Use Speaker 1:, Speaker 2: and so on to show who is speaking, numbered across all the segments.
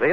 Speaker 1: The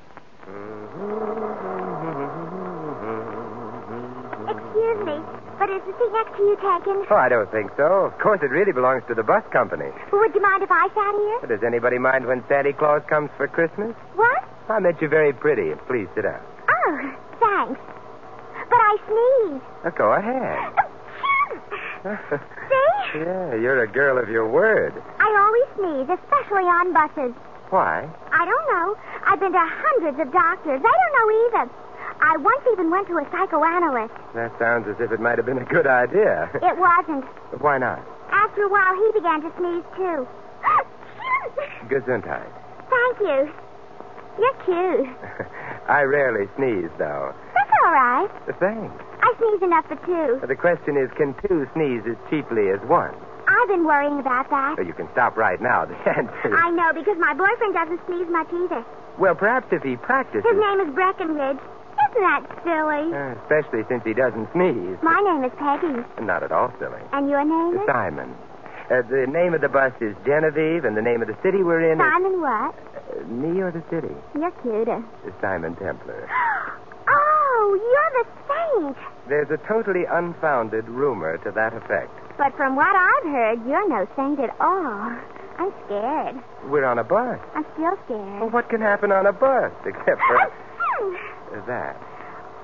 Speaker 2: Excuse me, but is the seat next to you taken?
Speaker 3: Oh, I don't think so. Of course, it really belongs to the bus company.
Speaker 2: Would you mind if I sat here?
Speaker 3: Does anybody mind when Santa Claus comes for Christmas?
Speaker 2: What?
Speaker 3: I met you very pretty. Please sit down.
Speaker 2: Oh, thanks. But I sneezed.
Speaker 3: Uh, go ahead.
Speaker 2: See?
Speaker 3: yeah, you're a girl of your word.
Speaker 2: I always sneeze, especially on buses.
Speaker 3: Why?
Speaker 2: I don't know. I've been to hundreds of doctors. They don't know either. I once even went to a psychoanalyst.
Speaker 3: That sounds as if it might have been a good idea.
Speaker 2: It wasn't.
Speaker 3: Why not?
Speaker 2: After a while, he began to sneeze, too.
Speaker 3: Gesundheit.
Speaker 2: Thank you. You're cute.
Speaker 3: I rarely sneeze, though.
Speaker 2: That's all right.
Speaker 3: Thanks.
Speaker 2: I sneeze enough for two.
Speaker 3: The question is, can two sneeze as cheaply as one?
Speaker 2: I've been worrying about that.
Speaker 3: Oh, You can stop right now. The answer is...
Speaker 2: I know, because my boyfriend doesn't sneeze much either.
Speaker 3: Well, perhaps if he practices,
Speaker 2: His name is Breckenridge. Isn't that silly?
Speaker 3: Uh, especially since he doesn't sneeze.
Speaker 2: My name is Peggy.
Speaker 3: Not at all silly.
Speaker 2: And your name is?
Speaker 3: Simon. Uh, the name of the bus is Genevieve, and the name of the city we're in
Speaker 2: Simon what?
Speaker 3: is uh, me or the city.
Speaker 2: You're cuter.
Speaker 3: Simon Templar.
Speaker 2: Oh, you're the saint.
Speaker 3: There's a totally unfounded rumor to that effect.
Speaker 2: But from what I've heard, you're no saint at all. I'm scared.
Speaker 3: We're on a bus.
Speaker 2: I'm still
Speaker 3: Well,
Speaker 4: Oh,
Speaker 2: scared.
Speaker 3: what can happen on a bus except for that?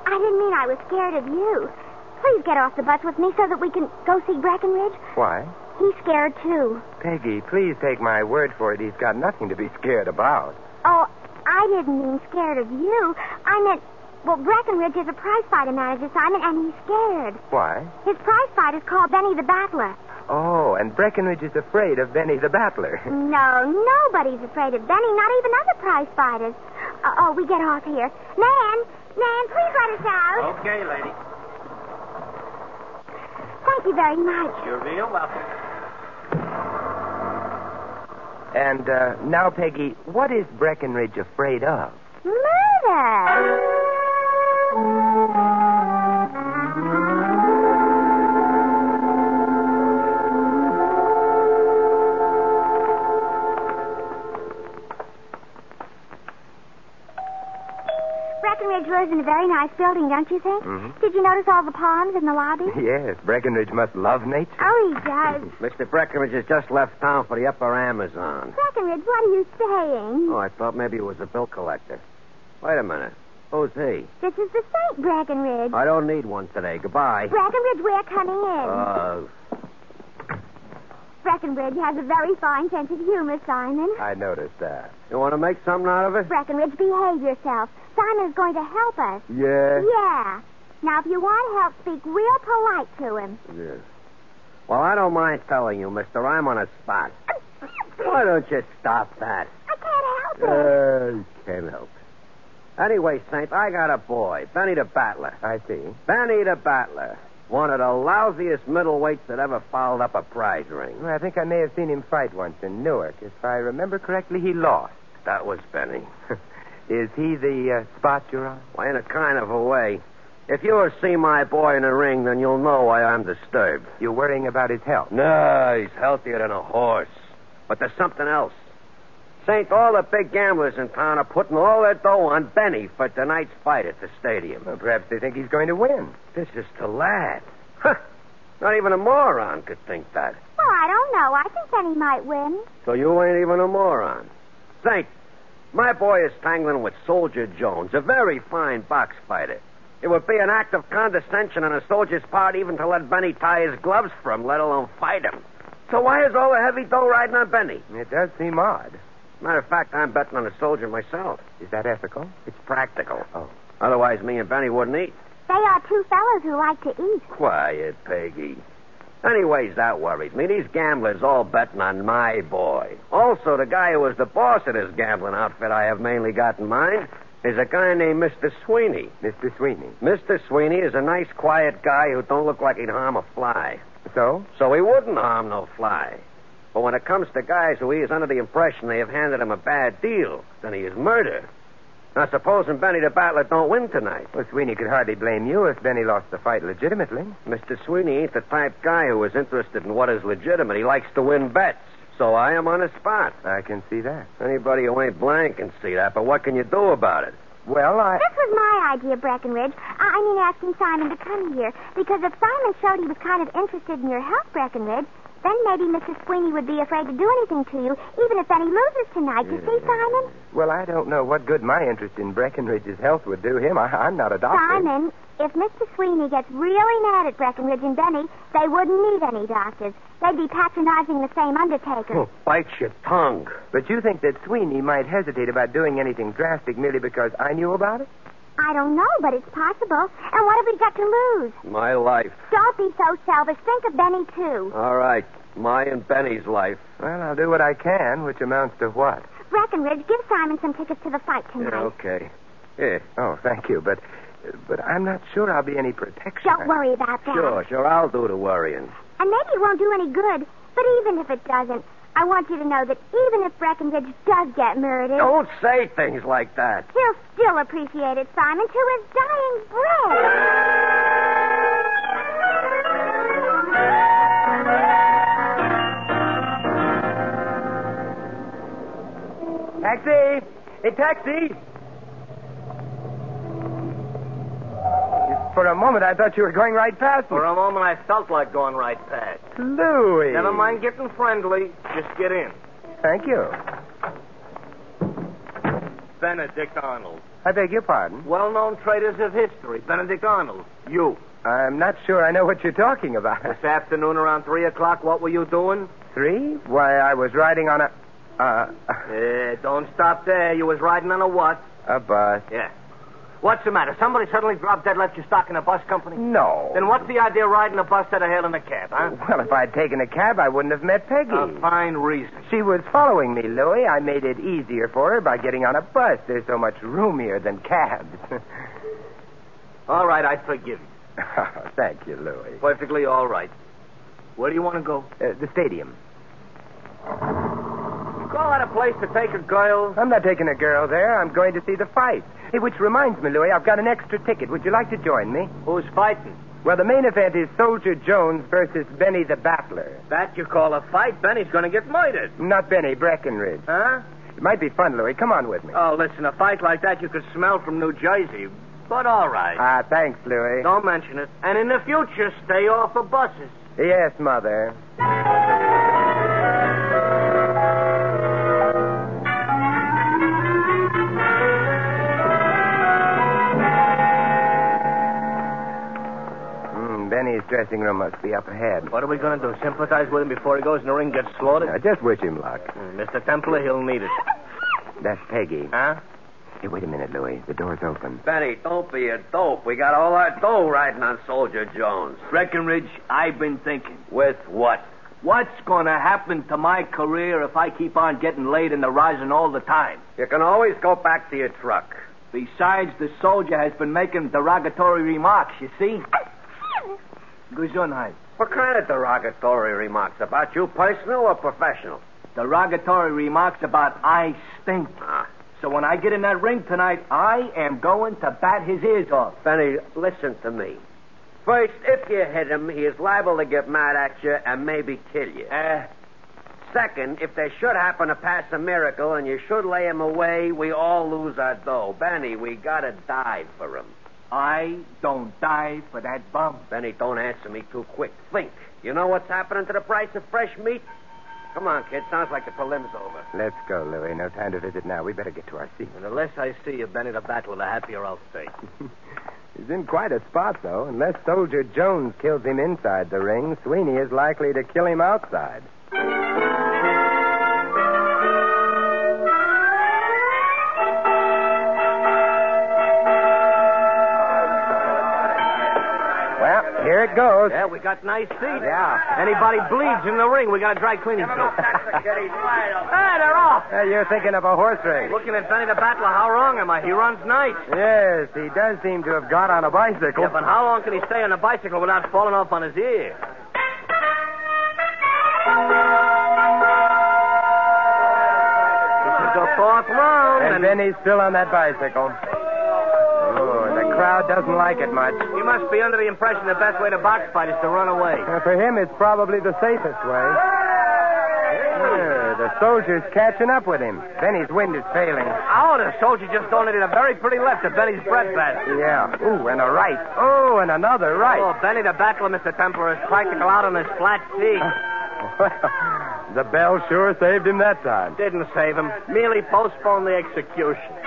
Speaker 2: I didn't mean I was scared of you. Please get off the bus with me so that we can go see Breckenridge.
Speaker 3: Why?
Speaker 2: He's scared, too.
Speaker 3: Peggy, please take my word for it. He's got nothing to be scared about.
Speaker 2: Oh, I didn't mean scared of you. I meant, well, Breckenridge is a prize fighter manager, Simon, and he's scared.
Speaker 3: Why?
Speaker 2: His prize fight is called Benny the Battler.
Speaker 3: Oh, and Breckenridge is afraid of Benny the Battler.
Speaker 2: No, nobody's afraid of Benny, not even other prize fighters. Uh, oh, we get off here. Nan, Nan, please let us out.
Speaker 5: Okay, lady.
Speaker 2: Thank you very much.
Speaker 5: You're real welcome.
Speaker 3: And uh, now, Peggy, what is Breckenridge afraid of?
Speaker 2: Murder! Breckenridge lives in a very nice building, don't you think?
Speaker 4: Mm-hmm.
Speaker 3: Mhm.
Speaker 2: Did you notice all the palms in the lobby?
Speaker 3: Yes, Breckenridge must love nature.
Speaker 2: Oh, he does.
Speaker 4: Mr. Breckenridge has just left town for the upper Amazon.
Speaker 2: Breckenridge, what are you saying?
Speaker 4: Oh, I thought maybe it was a bill collector. Wait a minute. Who's he?
Speaker 2: This is the Saint Breckenridge.
Speaker 4: I don't need one today. Goodbye.
Speaker 2: Breckenridge, we're coming in.
Speaker 4: Uh,
Speaker 2: Breckenridge has a very fine sense of humor, Simon.
Speaker 3: I noticed that.
Speaker 4: you want to make something out of it?
Speaker 2: Breckenridge, behave yourself. Simon's going to help us.
Speaker 4: Uh.
Speaker 3: Yeah?
Speaker 2: Yeah. Now, if you want help, speak real polite to him.
Speaker 4: Yeah. Well, I don't mind telling you, mister. I'm on a spot. Why don't you stop that?
Speaker 2: I can't help it.
Speaker 4: Uh, can't help. Anyway, Saint, I got a boy, Benny the Battler.
Speaker 3: I see.
Speaker 4: Benny the Battler. One of the lousiest middleweights that ever fouled up a prize ring.
Speaker 3: Well, I think I may have seen him fight once in Newark. If I remember correctly, he lost.
Speaker 4: That was Benny.
Speaker 3: Is he the uh, spot you're on?
Speaker 4: Well, in a kind of a way. If you ever see my boy in a ring, then you'll know why I'm disturbed.
Speaker 3: You're worrying about his health.
Speaker 4: No, he's healthier than a horse. But there's something else. Think all the big gamblers in town are putting all their dough on Benny for tonight's fight at the stadium.
Speaker 3: Well, perhaps they think he's going to win.
Speaker 4: This is the lad. Huh. Not even a moron could think that.
Speaker 2: Well, I don't know. I think Benny might win.
Speaker 4: So you ain't even a moron. Think. My boy is tangling with Soldier Jones, a very fine box fighter. It would be an act of condescension on a soldier's part even to let Benny tie his gloves for him, let alone fight him. So why is all the heavy dough riding on Benny?
Speaker 3: It does seem odd.
Speaker 4: Matter of fact, I'm betting on a soldier myself.
Speaker 3: Is that ethical?
Speaker 4: It's practical.
Speaker 3: Oh.
Speaker 4: Otherwise, me and Benny wouldn't eat.
Speaker 2: They are two fellows who like to eat.
Speaker 4: Quiet, Peggy. Anyways, that worries me. These gamblers all betting on my boy. Also, the guy who was the boss of this gambling outfit I have mainly got in mind is a guy named Mr. Sweeney.
Speaker 3: Mr. Sweeney.
Speaker 4: Mr. Sweeney is a nice, quiet guy who don't look like he'd harm a fly.
Speaker 3: So?
Speaker 4: So he wouldn't harm no fly. But when it comes to guys who he is under the impression they have handed him a bad deal, then he is murder. Now, supposing Benny the Battler don't win tonight.
Speaker 3: Well, Sweeney could hardly blame you if Benny lost the fight legitimately.
Speaker 4: Mr. Sweeney ain't the type guy who is interested in what is legitimate. He likes to win bets. So I am on the spot.
Speaker 3: I can see that.
Speaker 4: Anybody who ain't blind can see that, but what can you do about it?
Speaker 3: Well, I.
Speaker 2: This was my idea, Breckenridge. I, I mean, asking Simon to come here. Because if Simon showed he was kind of interested in your help, Breckenridge, then maybe Mr. Sweeney would be afraid to do anything to you, even if Benny loses tonight. You see, Simon?
Speaker 3: Well, I don't know what good my interest in Breckenridge's health would do him. I, I'm not a doctor.
Speaker 2: Simon, if Mr. Sweeney gets really mad at Breckenridge and Benny, they wouldn't need any doctors. They'd be patronizing the same undertaker.
Speaker 4: Oh, bite your tongue.
Speaker 3: But you think that Sweeney might hesitate about doing anything drastic merely because I knew about it?
Speaker 2: I don't know, but it's possible. And what have we got to lose?
Speaker 4: My life.
Speaker 2: Don't be so selfish. Think of Benny, too.
Speaker 4: All right. My and Benny's life.
Speaker 3: Well, I'll do what I can, which amounts to what?
Speaker 2: Breckenridge, give Simon some tickets to the fight
Speaker 4: Yeah,
Speaker 2: tonight.
Speaker 4: okay. Here.
Speaker 3: Oh, thank you, but but I'm not sure I'll be any protection.
Speaker 2: Don't worry about that.
Speaker 4: Sure, sure. I'll do the worrying.
Speaker 2: And maybe it won't do any good. But even if it doesn't, I want you to know that even if Breckenridge does get murdered,
Speaker 4: Don't say things like that.
Speaker 2: he'll still appreciate it, Simon, to his dying breath.
Speaker 3: Taxi! Hey, taxi! For a moment, I thought you were going right past me.
Speaker 5: For a moment, I felt like going right past.
Speaker 3: Louis.
Speaker 5: Never mind getting friendly. Just get in.
Speaker 3: Thank you.
Speaker 5: Benedict Arnold.
Speaker 3: I beg your pardon.
Speaker 5: Well known traitors of history. Benedict Arnold. You.
Speaker 3: I'm not sure I know what you're talking about.
Speaker 5: This afternoon around 3 o'clock, what were you doing?
Speaker 3: Three? Why, I was riding on a. Uh,
Speaker 5: Eh, don't stop there. You was riding on a what?
Speaker 3: a bus.
Speaker 5: Yeah. What's the matter? Somebody suddenly dropped dead, left you stuck in a bus company?
Speaker 3: No.
Speaker 5: Then what's the idea of riding a bus that of hailing a cab, huh?
Speaker 3: Well, if I'd taken a cab, I wouldn't have met Peggy.
Speaker 5: A
Speaker 4: Uh,
Speaker 5: fine reason.
Speaker 3: She was following me, Louis. I made it easier for her by getting on a bus. They're so much roomier than cabs.
Speaker 5: All right, I forgive you.
Speaker 3: Oh, Thank you, Louis.
Speaker 5: Perfectly all right. Where do you want to go?
Speaker 3: Uh, the stadium.
Speaker 5: You call that a place to take a girl?
Speaker 3: I'm not taking a girl there. I'm going to see the fight. Hey, which reminds me, Louis, I've got an extra ticket. Would you like to join me?
Speaker 5: Who's fighting?
Speaker 3: Well, the main event is Soldier Jones versus Benny the Battler.
Speaker 5: That you call a fight? Benny's going to get murdered.
Speaker 3: Not Benny, Breckenridge.
Speaker 5: Huh?
Speaker 3: It might be fun, Louis. Come on with me.
Speaker 5: Oh, listen, a fight like that you could smell from New Jersey. But all right.
Speaker 3: Ah, thanks, Louis.
Speaker 5: Don't mention it. And in the future, stay off the buses.
Speaker 3: Yes, Mother. Mm, Benny's dressing room must be up ahead.
Speaker 5: What are we going to do? Sympathize with him before he goes in the ring and gets slaughtered?
Speaker 3: I just wish him luck.
Speaker 5: Hmm, Mr. Templer, he'll need it.
Speaker 3: That's Peggy.
Speaker 5: Huh?
Speaker 3: Hey, wait a minute, Louis. The door's open.
Speaker 4: Benny, don't be a dope. We got all our dough riding on Soldier Jones.
Speaker 5: Breckenridge, I've been thinking.
Speaker 4: With what?
Speaker 5: What's going to happen to my career if I keep on getting laid in the rising all the time?
Speaker 4: You can always go back to your truck.
Speaker 5: Besides, the soldier has been making derogatory remarks, you see? Gesundheit.
Speaker 4: What kind of derogatory remarks? About you personal or professional?
Speaker 5: derogatory remarks about I stink.
Speaker 3: Ah.
Speaker 5: So when I get in that ring tonight, I am going to bat his ears off.
Speaker 4: Benny, listen to me. First, if you hit him, he is liable to get mad at you and maybe kill you.
Speaker 5: Uh,
Speaker 4: Second, if there should happen to pass a miracle and you should lay him away, we all lose our dough. Benny, we gotta dive for him.
Speaker 5: I don't die for that bum.
Speaker 4: Benny, don't answer me too quick. Think. You know what's happening to the price of fresh meat? Come on, kid. Sounds like the prelim's over.
Speaker 3: Let's go, Louie. No time to visit now. We better get to our seats.
Speaker 4: And unless I see you, Benny, the battle, the happier I'll stay.
Speaker 3: He's in quite a spot, though. Unless Soldier Jones kills him inside the ring, Sweeney is likely to kill him outside. Well, here it goes.
Speaker 4: yeah, we got nice seats.
Speaker 3: Yeah.
Speaker 4: Anybody bleeds in the ring, we got a dry cleaning crew. hey, they're off.
Speaker 3: Uh, you're thinking of a horse race.
Speaker 4: Looking at Benny the Battler, how wrong am I? He runs nice.
Speaker 3: Yes, he does seem to have got on a
Speaker 4: Yeah,
Speaker 3: bicycle.
Speaker 4: but how long can he stay on a bicycle without falling off on his ear? This is the fourth round,
Speaker 3: And then he's still on that bicycle. Oh, the crowd doesn't like it much.
Speaker 4: he must be under the impression the best way to box fight is to run away.
Speaker 3: Uh, for him, it's probably the safest way. Yeah, the soldier's catching up with him. Benny's wind is failing.
Speaker 4: Oh, the soldier just donated a very pretty left to Benny's breadbasket.
Speaker 3: Yeah. Ooh, and a right. Oh, and another
Speaker 4: Oh,
Speaker 3: right.
Speaker 4: Benny the Battler, Mr. Templar, is practical out on his flat feet.
Speaker 3: the bell sure saved him that time.
Speaker 4: Didn't save him, merely postponed the execution.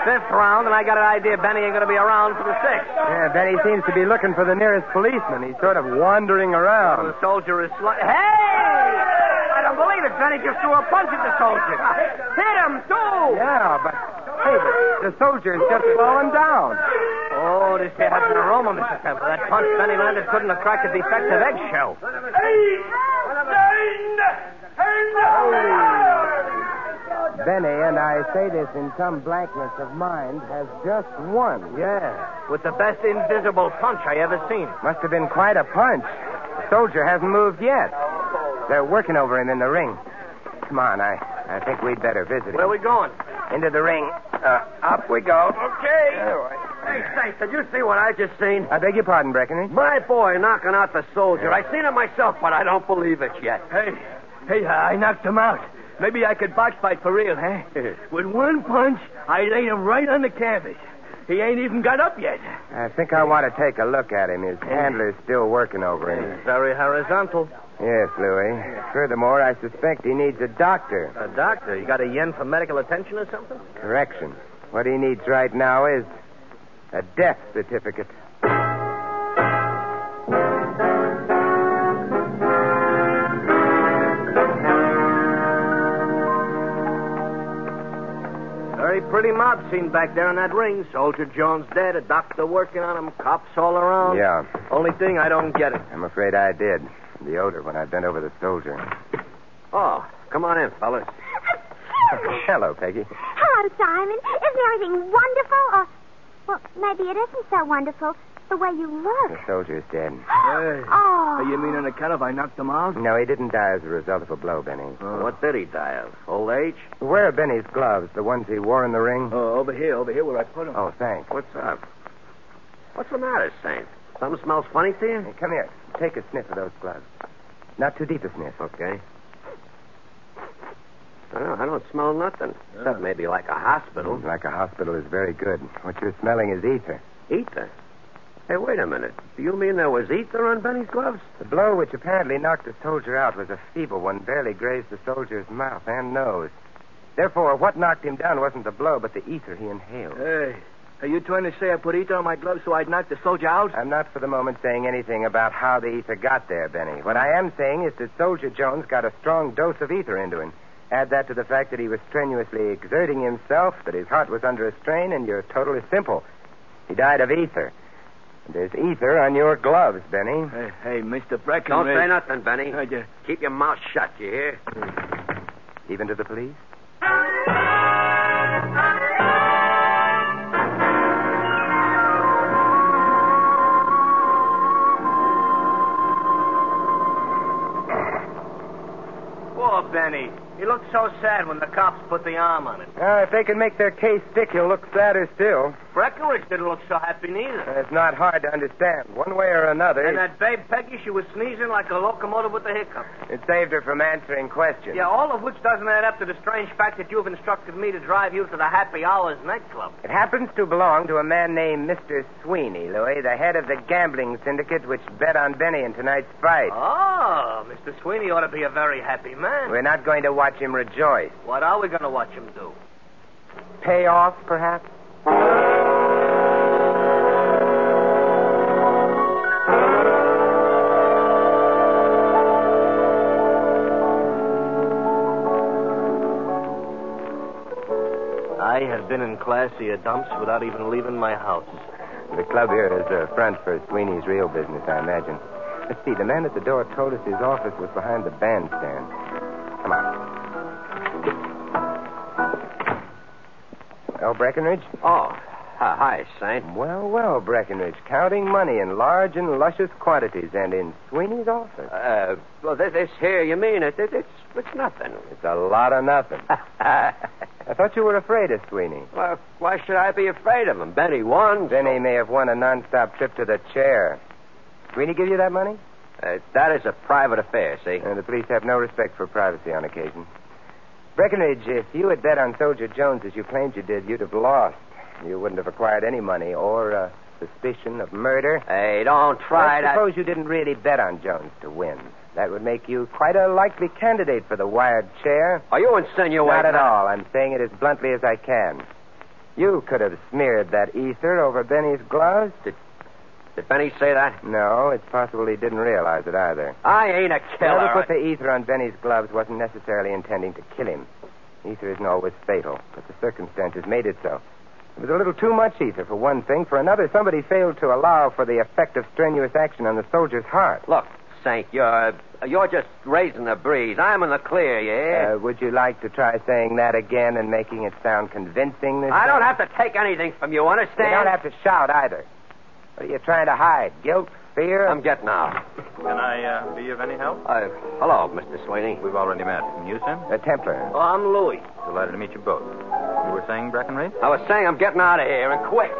Speaker 4: Fifth round, and I got an idea Benny ain't going to be around for the sixth.
Speaker 3: Yeah, Benny seems to be looking for the nearest policeman. He's sort of wandering around.
Speaker 4: The soldier is sli- Hey! I don't believe it. Benny just threw a punch at the soldier. Hit him, too!
Speaker 3: Yeah, but hey, the, the soldier's just fallen down.
Speaker 4: Oh, this here happened to Roma, Mr. Temple. That punch Benny landed couldn't have cracked a defective eggshell.
Speaker 3: Benny, and I say this in some blankness of mind, has just won. Yeah.
Speaker 4: With the best invisible punch I ever seen.
Speaker 3: Must have been quite a punch. The soldier hasn't moved yet. They're working over him in the ring. Come on, I, I think we'd better visit
Speaker 4: Where
Speaker 3: him.
Speaker 4: we going?
Speaker 3: Into the ring. Uh, up we go.
Speaker 4: Okay.
Speaker 3: Anyway.
Speaker 4: Hey, Saint, did you see what I just seen?
Speaker 3: I beg your pardon, Breckenridge.
Speaker 4: My boy knocking out the soldier. I seen it myself, but I don't believe it yet.
Speaker 5: Hey, hey, uh, I knocked him out. Maybe I could box fight for real, huh? With one punch, I laid him right on the canvas. He ain't even got up yet.
Speaker 3: I think I want to take a look at him. His handler's still working over him.
Speaker 4: Very horizontal.
Speaker 3: Yes, Louis. Furthermore, I suspect he needs a doctor.
Speaker 4: A doctor, Uh, you got a yen for medical attention or something?
Speaker 3: Correction. What he needs right now is a death certificate.
Speaker 4: Very pretty mob scene back there in that ring. Soldier Jones dead, a doctor working on him, cops all around.
Speaker 3: Yeah,
Speaker 4: Only thing, I don't get it.
Speaker 3: I'm afraid I did. The odor when I bent over the soldier.
Speaker 4: Oh, come on in, fellas.
Speaker 3: Hello, Peggy.
Speaker 2: Hello, Simon. Isn't everything wonderful? Or, well, maybe it isn't so wonderful the way you
Speaker 3: The
Speaker 2: look.
Speaker 3: soldier's dead.
Speaker 2: Oh.
Speaker 5: You mean on account of I knocked him out?
Speaker 3: No, he didn't die as a result of a blow, Benny.
Speaker 4: What did he die of? Old age?
Speaker 3: Where are Benny's gloves? The ones he wore in the ring?
Speaker 5: Oh, over here, over here where I put him.
Speaker 3: Oh, thanks.
Speaker 4: What's up? What's the matter, Saint? Something smells funny to you?
Speaker 3: Hey, come here. Take a sniff of those gloves. Not too deep a sniff.
Speaker 4: Okay. Well, I don't smell nothing. Except maybe like a
Speaker 5: Mm-hmm.
Speaker 4: hospital.
Speaker 3: Oh, Like a hospital is very good. What you're smelling is ether.
Speaker 4: Ether? Hey, wait a minute. Do you mean there was ether on Benny's gloves?
Speaker 3: The blow which apparently knocked the soldier out was a feeble one, barely grazed the soldier's mouth and nose. Therefore, what knocked him down wasn't the blow, but the ether he inhaled.
Speaker 5: Hey, are you trying to say I put ether on my gloves so I'd knock the soldier out?
Speaker 3: I'm not for the moment saying anything about how the ether got there, Benny. What I am saying is that Soldier Jones got a strong dose of ether into him. Add that to the fact that he was strenuously exerting himself, that his heart was under a strain, and your total is simple. He died of ether. There's ether on your gloves, Benny.
Speaker 5: Hey, hey, Mr. Breckenridge.
Speaker 4: Don't say nothing, Benny.
Speaker 5: I just-
Speaker 4: Keep your mouth shut, you hear?
Speaker 3: Even to the police?
Speaker 4: Poor Benny. He looked so sad when the cops put the arm on him.
Speaker 3: Uh, if they can make their case stick, he'll look sadder still.
Speaker 5: Breckenridge didn't look so happy neither.
Speaker 3: It's not hard to understand. One way or another,
Speaker 5: And that babe Peggy, she was sneezing like a locomotive with the hiccups.
Speaker 3: it saved her from answering questions.
Speaker 5: Yeah, all of which doesn't add up to the strange fact that you've instructed me to drive you to the Happy Hours nightclub.
Speaker 3: It happens to belong to a man named Mr. Sweeney, Louis, the head of the gambling syndicate which bet on Benny in tonight's fight.
Speaker 5: Oh, Mr. Sweeney ought to be a very happy man.
Speaker 3: We're not going to watch him rejoice.
Speaker 5: What are we going to watch him do?
Speaker 3: Pay off, perhaps?
Speaker 5: I have been in classy dumps without even leaving my house.
Speaker 3: The club here is a front for Sweeney's real business, I imagine. Let's see, the man at the door told us his office was behind the bandstand. Come on. Well, Breckenridge?
Speaker 4: Oh, hi, hi, Saint.
Speaker 3: Well, well, Breckenridge, counting money in large and luscious quantities and in Sweeney's office.
Speaker 4: Uh, well, this, this here, you mean it? it it's, it's nothing.
Speaker 3: It's a lot of nothing. I thought you were afraid of Sweeney.
Speaker 4: Why, why should I be afraid of him? Benny won.
Speaker 3: Benny may have won a nonstop trip to the chair. Sweeney give you that money?
Speaker 4: Uh, that is a private affair, see?
Speaker 3: Uh, the police have no respect for privacy on occasion. Breckenridge, if you had bet on Soldier Jones as you claimed you did, you'd have lost. You wouldn't have acquired any money or uh, suspicion of murder.
Speaker 4: Hey, don't try
Speaker 3: I
Speaker 4: that.
Speaker 3: suppose you didn't really bet on Jones to win. That would make you quite a likely candidate for the wired chair.
Speaker 4: Are you insinuating?
Speaker 3: Not at
Speaker 4: that-
Speaker 3: all. I'm saying it as bluntly as I can. You could have smeared that ether over Benny's gloves.
Speaker 4: Did Benny say that?
Speaker 3: No, it's possible he didn't realize it either.
Speaker 4: I ain't a
Speaker 3: Whoever
Speaker 4: killer.
Speaker 3: put the ether on Benny's gloves wasn't necessarily intending to kill him. Ether isn't always fatal, but the circumstances made it so. It was a little too much ether for one thing. For another, somebody failed to allow for the effect of strenuous action on the soldier's heart.
Speaker 4: Look, Saint, you're you're just raising the breeze. I'm in the clear, yeah.
Speaker 3: Uh, would you like to try saying that again and making it sound convincing this
Speaker 4: I don't
Speaker 3: time?
Speaker 4: have to take anything from you. Understand?
Speaker 3: You don't have to shout either. What are you trying to hide? Guilt? Fear?
Speaker 4: I'm getting out.
Speaker 6: Can I uh, be of any help?
Speaker 4: Uh, hello, Mr. Sweeney.
Speaker 6: We've already met. And you, Sim?
Speaker 3: a Uh, Templar.
Speaker 5: Oh, I'm Louis.
Speaker 6: Delighted to meet you both. You were saying Breckenridge?
Speaker 4: I was saying I'm getting out of here and quick.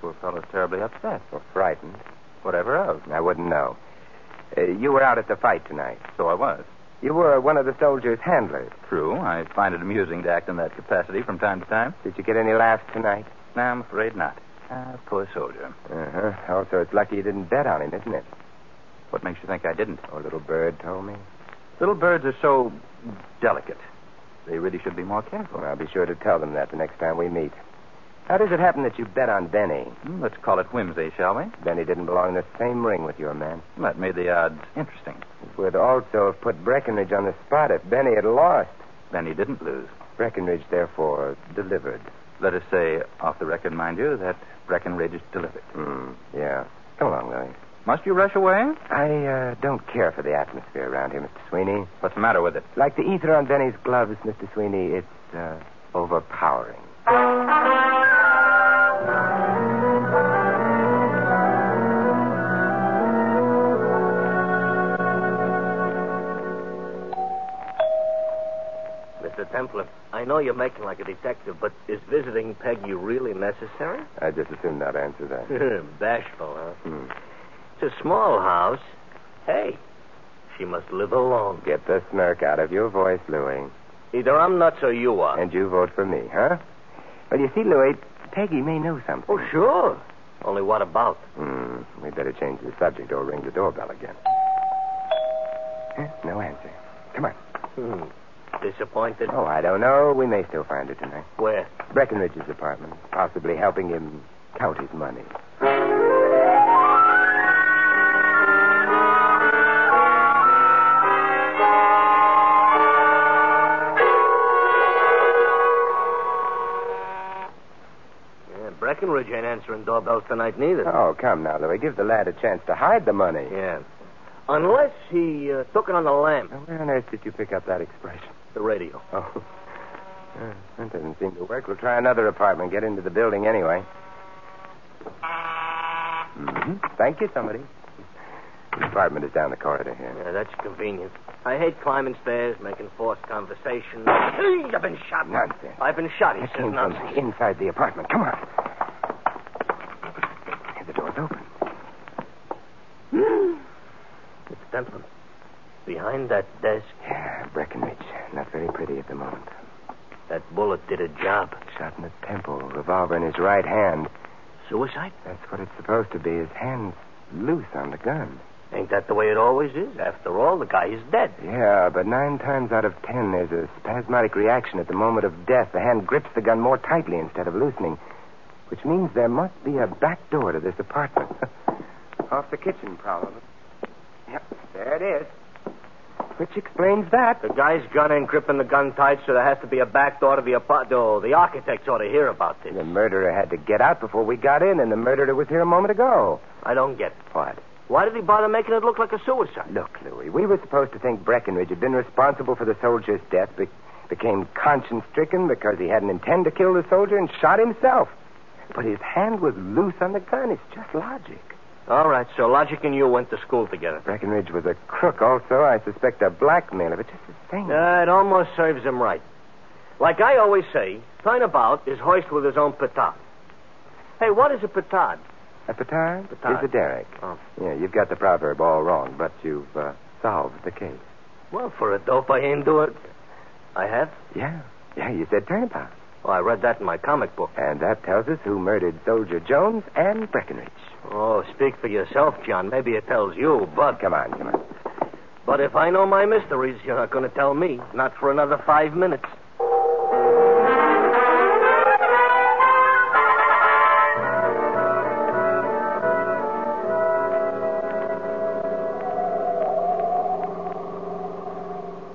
Speaker 6: Poor fellow's terribly upset.
Speaker 3: Or frightened.
Speaker 6: Whatever of.
Speaker 3: I wouldn't know. Uh, you were out at the fight tonight.
Speaker 6: So I was.
Speaker 3: You were one of the soldier's handlers.
Speaker 6: True. I find it amusing to act in that capacity from time to time.
Speaker 3: Did you get any laughs tonight?
Speaker 6: No, I'm afraid not. Ah, poor soldier.
Speaker 3: Uh-huh. Also, it's lucky you didn't bet on him, isn't it?
Speaker 6: What makes you think I didn't?
Speaker 3: Oh, little bird told me.
Speaker 6: Little birds are so delicate. They really should be more careful.
Speaker 3: Well, I'll be sure to tell them that the next time we meet. How does it happen that you bet on Benny?
Speaker 6: Hmm, Let's call it whimsy, shall we?
Speaker 3: Benny didn't belong in the same ring with your man.
Speaker 6: That made the odds interesting.
Speaker 3: It would also have put Breckenridge on the spot if Benny had lost.
Speaker 6: Then he didn't lose.
Speaker 3: Breckenridge, therefore, delivered.
Speaker 6: Let us say, off the record, mind you, that Breckenridge delivered.
Speaker 3: Hmm. Yeah. Come along, Louis.
Speaker 6: Must you rush away?
Speaker 3: I uh, don't care for the atmosphere around here, Mr. Sweeney.
Speaker 6: What's the matter with it?
Speaker 3: Like the ether on Benny's gloves, Mr. Sweeney, it's uh, overpowering.
Speaker 5: Mr. Templar, I know you're making like a detective, but is visiting Peggy really necessary?
Speaker 3: I just assumed that answer that.
Speaker 5: Bashful, huh?
Speaker 3: Hmm.
Speaker 5: It's a small house. Hey, she must live alone.
Speaker 3: Get the smirk out of your voice, Louis.
Speaker 5: Either I'm nuts or you are.
Speaker 3: And you vote for me, huh? Well, you see, Louis, Peggy may know something.
Speaker 5: Oh, sure. Only what about?
Speaker 3: Hmm. We'd better change the subject or ring the doorbell again. Huh? No answer. Come on.
Speaker 5: Hmm. Disappointed?
Speaker 3: Oh, I don't know. We may still find her tonight.
Speaker 5: Where?
Speaker 3: Breckenridge's apartment, possibly helping him count his money.
Speaker 5: Yeah, Breckenridge ain't answering doorbells tonight neither.
Speaker 3: Oh, come now, Louis. Give the lad a chance to hide the money.
Speaker 5: Yeah. Unless he uh, took it on the lamp,
Speaker 3: Now, where on earth did you pick up that expression?
Speaker 5: the radio.
Speaker 3: Oh. Uh, that doesn't seem to work. We'll try another apartment. Get into the building
Speaker 5: Mm-hmm.
Speaker 3: anyway. hmm Thank you, somebody. Apartment is down the corridor here.
Speaker 4: Yeah, that's convenient. I hate climbing stairs, making forced conversation. Hey, I've been shot.
Speaker 3: Nonsense.
Speaker 4: I've been shot. He
Speaker 3: That
Speaker 4: says
Speaker 3: came from
Speaker 4: nonsense.
Speaker 3: inside the apartment. Come on. Hey, The door's open.
Speaker 4: It's Pentland. Behind that desk,
Speaker 3: Yeah, Breckenridge. Not very pretty at the moment.
Speaker 4: that bullet did a job.
Speaker 3: Shot in the temple, revolver in his right hand.
Speaker 4: Suicide?
Speaker 3: That's what it's supposed to be. His hand's loose on the gun.
Speaker 4: Ain't that the way it always is? After all, the guy is dead.
Speaker 3: Yeah, but nine times out of ten, there's a spasmodic reaction at the moment of death. The hand grips the gun more tightly instead of loosening, which means there must be a back door to this apartment. Off the kitchen, probably. Yep, there it is. Which explains that.
Speaker 4: The guy's gun ain't gripping the gun tight, so there has to be a back door to the apart. Oh, the architects ought to hear about this.
Speaker 3: The murderer had to get out before we got in, and the murderer was here a moment ago.
Speaker 4: I don't get it.
Speaker 3: What?
Speaker 4: Why did he bother making it look like a suicide?
Speaker 3: Look, Louis, we were supposed to think Breckenridge had been responsible for the soldier's death, be- became conscience stricken because he hadn't intended to kill the soldier and shot himself. But his hand was loose on the gun. It's just logic.
Speaker 4: All right, so Logic and you went to school together.
Speaker 3: Breckenridge was a crook, also. I suspect a blackmailer, but just the same.
Speaker 4: Uh, it almost serves him right. Like I always say, Turnabout is hoist with his own petard. Hey, what is a petard?
Speaker 3: a petard?
Speaker 4: Petard.
Speaker 3: Is a derrick.
Speaker 4: Oh.
Speaker 3: Yeah, you've got the proverb all wrong, but you've uh, solved the case.
Speaker 4: Well, for a dope, I ain't do it. I have?
Speaker 3: Yeah. Yeah, you said turnabout.
Speaker 4: Oh, I read that in my comic book.
Speaker 3: And that tells us who murdered Soldier Jones and Breckenridge.
Speaker 4: Oh, speak for yourself, John. Maybe it tells you, but
Speaker 3: Come on, come on.
Speaker 4: but if I know my mysteries, you're not going to tell me. Not for another five minutes.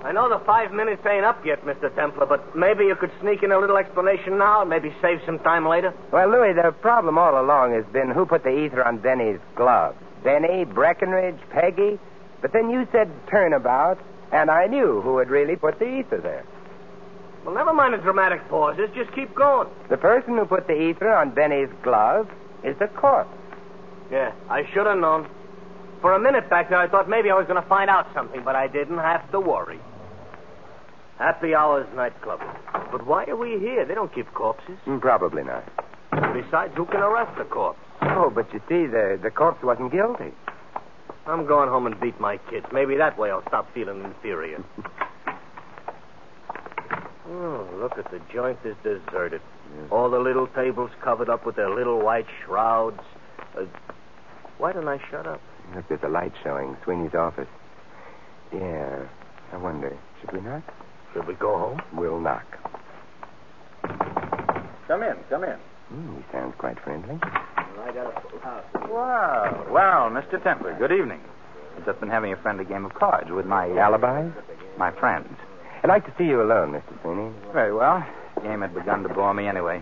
Speaker 4: I know the five minutes ain't up yet, Mr. Templar, but maybe you could sneak in a little explanation now, maybe save some time later.
Speaker 3: Well, Louis, the problem all along has been who put the ether on Benny's gloves. Benny, Breckenridge, Peggy. But then you said turnabout, and I knew who had really put the ether there.
Speaker 4: Well, never mind the dramatic pauses. Just keep going.
Speaker 3: The person who put the ether on Benny's glove is the corpse.
Speaker 4: Yeah, I should have known. For a minute back there, I thought maybe I was going to find out something, but I didn't have to worry. Happy Hours nightclub. But why are we here? They don't keep corpses.
Speaker 3: Mm, Probably not.
Speaker 4: Besides, who can arrest the corpse?
Speaker 3: Oh, but you see, the, the corpse wasn't guilty.
Speaker 4: I'm going home and beat my kids. Maybe that way I'll stop feeling inferior. Oh, look at the joint is deserted. All the little tables covered up with their little white shrouds. Uh, why didn't I shut up?
Speaker 3: Look, there's a light showing. Sweeney's office. Yeah, I wonder. Should we knock?
Speaker 4: Should we go home?
Speaker 3: We'll knock.
Speaker 6: Come in, come in.
Speaker 3: Mm, he sounds quite friendly.
Speaker 4: I got a full house.
Speaker 6: Wow, wow, Mr. Templer, good evening. I've just been having a friendly game of cards with my
Speaker 3: Alibis?
Speaker 6: my friends.
Speaker 3: I'd like to see you alone, Mr. Sweeney.
Speaker 6: Very well. The game had begun to bore me anyway.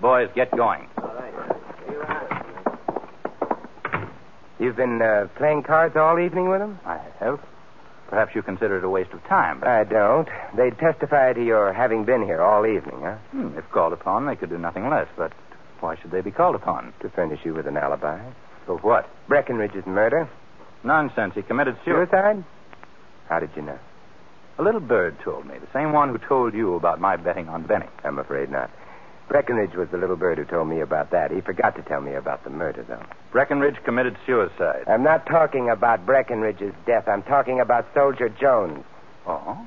Speaker 6: Boys, get going.
Speaker 3: You've been uh, playing cards all evening with him?
Speaker 6: I have. Perhaps you consider it a waste of time.
Speaker 3: I don't. They testify to your having been here all evening, huh?
Speaker 6: Hmm, if called upon, they could do nothing less. But why should they be called upon?
Speaker 3: To furnish you with an alibi.
Speaker 6: For what?
Speaker 3: Breckenridge's murder.
Speaker 6: Nonsense. He committed suicide.
Speaker 3: Suicide? How did you know?
Speaker 6: A little bird told me, the same one who told you about my betting on Benny.
Speaker 3: I'm afraid not. Breckenridge was the little bird who told me about that. He forgot to tell me about the murder, though.
Speaker 6: Breckenridge committed suicide.
Speaker 3: I'm not talking about Breckenridge's death. I'm talking about Soldier Jones.
Speaker 6: Oh?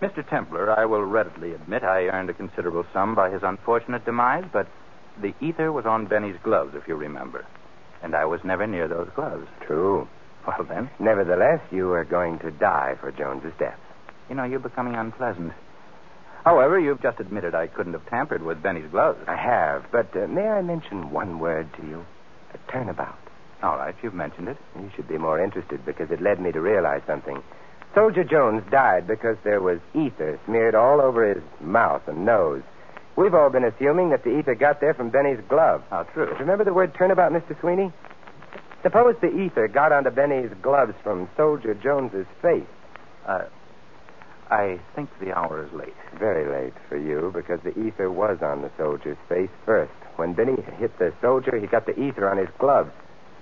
Speaker 6: Mr. Templar, I will readily admit I earned a considerable sum by his unfortunate demise, but the ether was on Benny's gloves, if you remember. And I was never near those gloves.
Speaker 3: True.
Speaker 6: Well, then,
Speaker 3: Nevertheless, you are going to die for Jones's death.
Speaker 6: you know, you're becoming unpleasant. However, you've just admitted I couldn't have tampered with Benny's gloves.
Speaker 3: I have, but uh, may I mention one word to you? A turnabout.
Speaker 6: All right, you've mentioned it.
Speaker 3: You should be more interested because it led me to realize something. Soldier Jones died because there was ether smeared all over his mouth and nose. We've all been assuming that the ether got there from Benny's glove.
Speaker 6: How Ah, true.
Speaker 3: But remember the word turnabout, Mr. Sweeney? Suppose the ether got onto Benny's gloves from Soldier Jones's face.
Speaker 6: Uh, I think the hour is late.
Speaker 3: Very late for you because the ether was on the soldier's face first. When Benny hit the soldier, he got the ether on his gloves.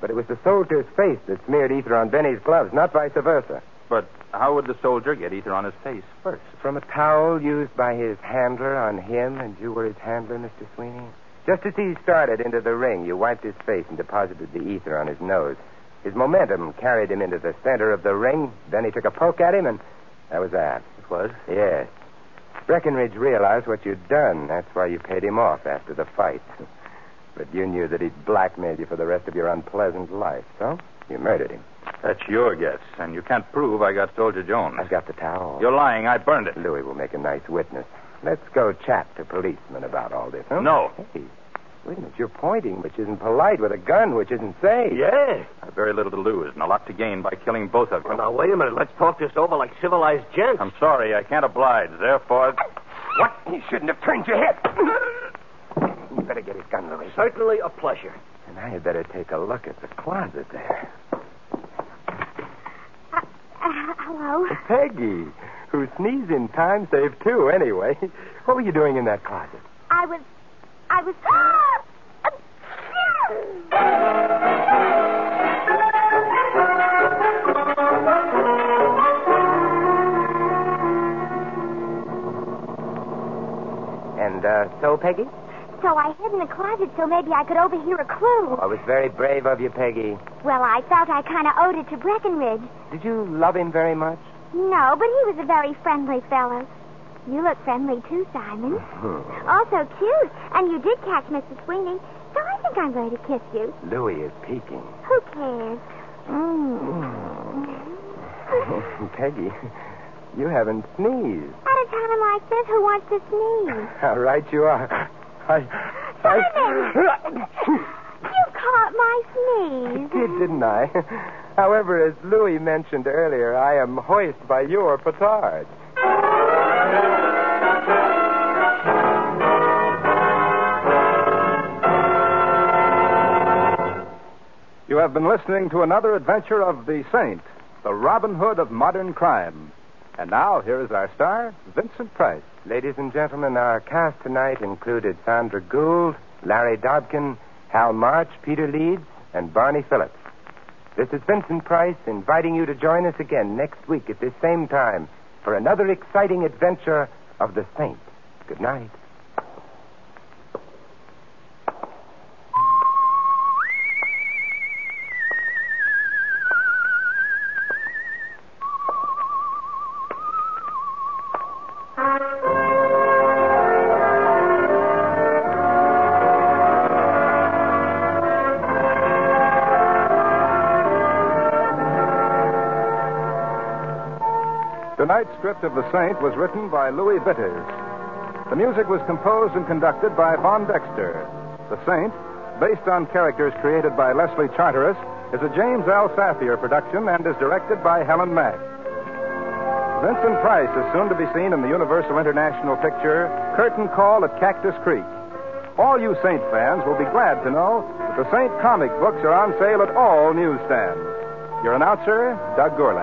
Speaker 3: But it was the soldier's face that smeared ether on Benny's gloves, not vice versa.
Speaker 6: But how would the soldier get ether on his face first?
Speaker 3: From a towel used by his handler on him, and you were his handler, Mr. Sweeney? Just as he started into the ring, you wiped his face and deposited the ether on his nose. His momentum carried him into the center of the ring. Benny took a poke at him, and that was that.
Speaker 6: It was?
Speaker 3: Yes. Breckenridge realized what you'd done. That's why you paid him off after the fight. But you knew that he'd blackmail you for the rest of your unpleasant life, so you murdered him.
Speaker 6: That's your guess, and you can't prove I got Soldier Jones.
Speaker 3: I've got the towel.
Speaker 6: You're lying. I burned it.
Speaker 3: Louis will make a nice witness. Let's go chat to policemen about all this, huh?
Speaker 6: No.
Speaker 3: Hey, wait a minute. You're pointing, which isn't polite, with a gun, which isn't safe.
Speaker 7: Yeah.
Speaker 6: I've very little to lose and a lot to gain by killing both of you.
Speaker 7: Well, now, wait a minute. Let's talk this over like civilized gents.
Speaker 6: I'm sorry. I can't oblige. Therefore.
Speaker 3: What? You shouldn't have turned your head. you better get his gun, Louis.
Speaker 7: Certainly a pleasure.
Speaker 3: And I had better take a look at the closet there.
Speaker 2: Uh, hello?
Speaker 3: Peggy, who sneezed in time saved two, anyway. What were you doing in that closet?
Speaker 2: I was. I was.
Speaker 3: And uh, so, Peggy?
Speaker 2: so I hid in the closet so maybe I could overhear a clue.
Speaker 3: I was very brave of you, Peggy.
Speaker 2: Well, I felt I kind of owed it to Breckenridge.
Speaker 3: Did you love him very much?
Speaker 2: No, but he was a very friendly fellow. You look friendly too, Simon. Also cute, and you did catch Mr. Sweeney, so I think I'm going to kiss you.
Speaker 3: Louis is peeking.
Speaker 2: Who cares? Mm.
Speaker 3: Peggy, you haven't sneezed.
Speaker 2: At a time like this, who wants to sneeze?
Speaker 3: How right you are. I.
Speaker 2: Simon!
Speaker 3: I...
Speaker 2: You caught my
Speaker 3: I
Speaker 2: sneeze.
Speaker 3: did, didn't I? However, as Louis mentioned earlier, I am hoist by your petard.
Speaker 8: You have been listening to another adventure of the Saint, the Robin Hood of modern crime. And now, here is our star, Vincent Price.
Speaker 3: Ladies and gentlemen, our cast tonight included Sandra Gould, Larry Dobkin, Hal March, Peter Leeds, and Barney Phillips. This is Vincent Price inviting you to join us again next week at this same time for another exciting adventure of the Saint. Good night.
Speaker 8: Tonight's script of The Saint was written by Louis Vitters. The music was composed and conducted by Von Dexter. The Saint, based on characters created by Leslie Charteris, is a James L. Safier production and is directed by Helen Mack. Vincent Price is soon to be seen in the Universal International picture Curtain Call at Cactus Creek. All you Saint fans will be glad to know that the Saint comic books are on sale at all newsstands. Your announcer, Doug Gourlay.